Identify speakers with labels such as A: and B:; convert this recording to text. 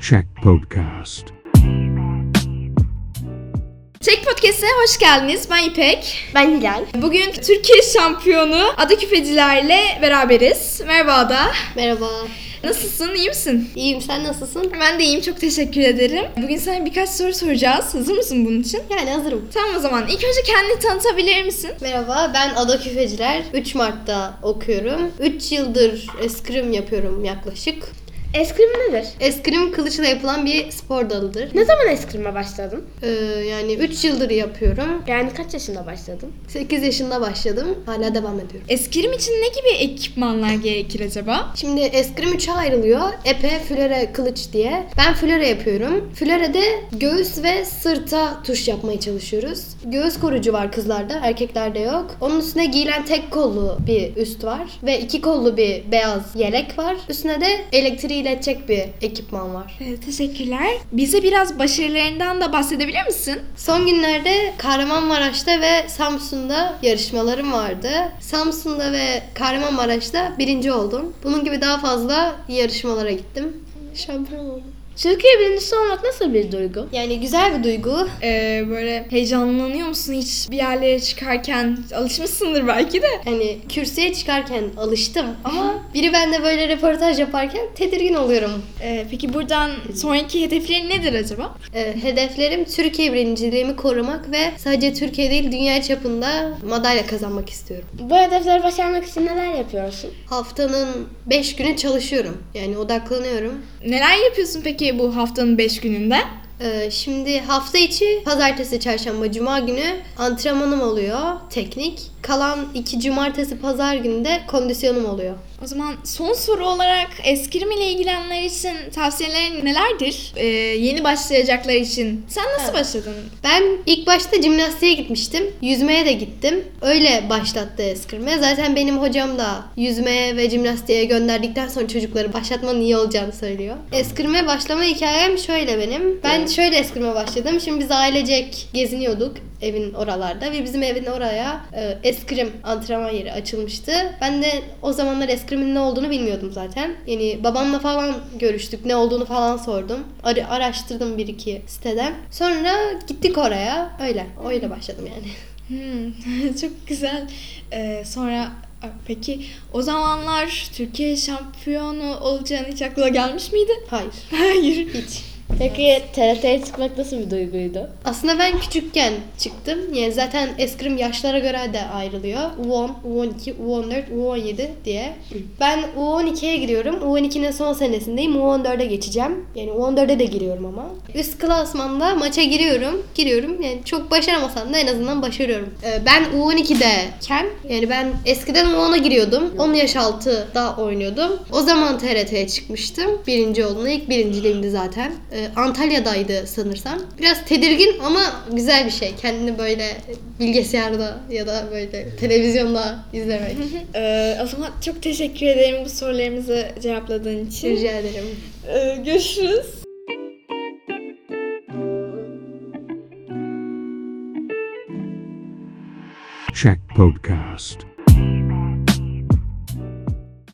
A: Check Podcast.
B: Çek Podcast'e hoş geldiniz. Ben İpek.
C: Ben Hilal.
B: Bugün Türkiye şampiyonu ada küpecilerle beraberiz. Merhaba Ada.
C: Merhaba.
B: Nasılsın? iyi misin?
C: İyiyim sen nasılsın?
B: Ben de iyiyim. Çok teşekkür ederim. Bugün sana birkaç soru soracağız. Hazır mısın bunun için?
C: Yani hazırım.
B: Tamam o zaman. İlk önce kendini tanıtabilir misin?
C: Merhaba ben Ada Küfeciler. 3 Mart'ta okuyorum. 3 yıldır eskrim yapıyorum yaklaşık.
D: Eskrim nedir?
C: Eskrim kılıçla yapılan bir spor dalıdır.
D: Ne zaman eskrime başladın?
C: Ee, yani 3 yıldır yapıyorum.
D: Yani kaç yaşında başladın?
C: 8 yaşında başladım. Hala devam ediyorum.
B: Eskrim için ne gibi ekipmanlar gerekir acaba?
C: Şimdi eskrim 3'e ayrılıyor. Epe, flöre, kılıç diye. Ben flöre yapıyorum. Flöre'de göğüs ve sırta tuş yapmaya çalışıyoruz. Göğüs korucu var kızlarda, erkeklerde yok. Onun üstüne giyilen tek kollu bir üst var. Ve iki kollu bir beyaz yelek var. Üstüne de elektriği iletecek bir ekipman var.
B: Evet, Ee, teşekkürler. Bize biraz başarılarından da bahsedebilir misin?
C: Son günlerde Kahramanmaraş'ta ve Samsun'da yarışmalarım vardı. Samsun'da ve Kahramanmaraş'ta birinci oldum. Bunun gibi daha fazla yarışmalara gittim. Şampiyon oldum.
D: Türkiye birincisi olmak nasıl bir duygu?
C: Yani güzel bir duygu.
B: Ee, böyle heyecanlanıyor musun hiç bir yerlere çıkarken? Alışmışsındır belki de.
C: Hani kürsüye çıkarken alıştım ama biri benimle böyle röportaj yaparken tedirgin oluyorum.
B: Ee, peki buradan sonraki hedeflerin nedir acaba?
C: Ee, hedeflerim Türkiye birinciliğimi korumak ve sadece Türkiye değil dünya çapında madalya kazanmak istiyorum.
D: Bu hedefleri başarmak için neler yapıyorsun?
C: Haftanın 5 günü çalışıyorum. Yani odaklanıyorum.
B: Neler yapıyorsun peki bu haftanın 5 gününde?
C: Ee, şimdi hafta içi pazartesi, çarşamba, cuma günü antrenmanım oluyor. Teknik. Kalan iki cumartesi, pazar günü de kondisyonum oluyor.
B: O zaman son soru olarak eskrim ile ilgilenenler için tavsiyelerin nelerdir? Ee, yeni başlayacaklar için. Sen nasıl başladın?
C: Ben ilk başta jimnastiğe gitmiştim. Yüzmeye de gittim. Öyle başlattı eskirme. Zaten benim hocam da yüzmeye ve jimnastiğe gönderdikten sonra çocukları başlatmanın iyi olacağını söylüyor. Eskirme başlama hikayem şöyle benim. Ben şöyle eskirme başladım. Şimdi biz ailecek geziniyorduk evin oralarda ve bizim evin oraya e, eskrim antrenman yeri açılmıştı. Ben de o zamanlar eskrimin ne olduğunu bilmiyordum zaten. Yani babamla falan görüştük ne olduğunu falan sordum. Ara- araştırdım bir iki siteden. Sonra gittik oraya. Öyle. Öyle başladım yani.
B: Hmm, çok güzel. Ee, sonra a, peki o zamanlar Türkiye şampiyonu olacağın hiç aklına gelmiş miydi?
C: Hayır.
B: Hayır.
C: Hiç.
D: Peki TRT'ye çıkmak nasıl bir duyguydu?
C: Aslında ben küçükken çıktım. Yani zaten eskrim yaşlara göre de ayrılıyor. U10, U12, U14, U17 diye. Ben U12'ye giriyorum. U12'nin son senesindeyim. U14'e geçeceğim. Yani U14'e de giriyorum ama. Üst klasmanda maça giriyorum. Giriyorum. Yani çok başaramasam da en azından başarıyorum. Ee, Ben U12'deyken yani ben eskiden U10'a giriyordum. 10 yaş altı daha oynuyordum. O zaman TRT'ye çıkmıştım. Birinci olduğunda ilk birinciliğimdi zaten. Ee, Antalya'daydı sanırsam. Biraz tedirgin ama güzel bir şey. Kendini böyle bilgisayarda ya da böyle televizyonda izlemek.
B: Ee, o zaman çok teşekkür ederim bu sorularımızı cevapladığın için.
C: Rica ederim.
B: Ee, görüşürüz.
A: Check Podcast.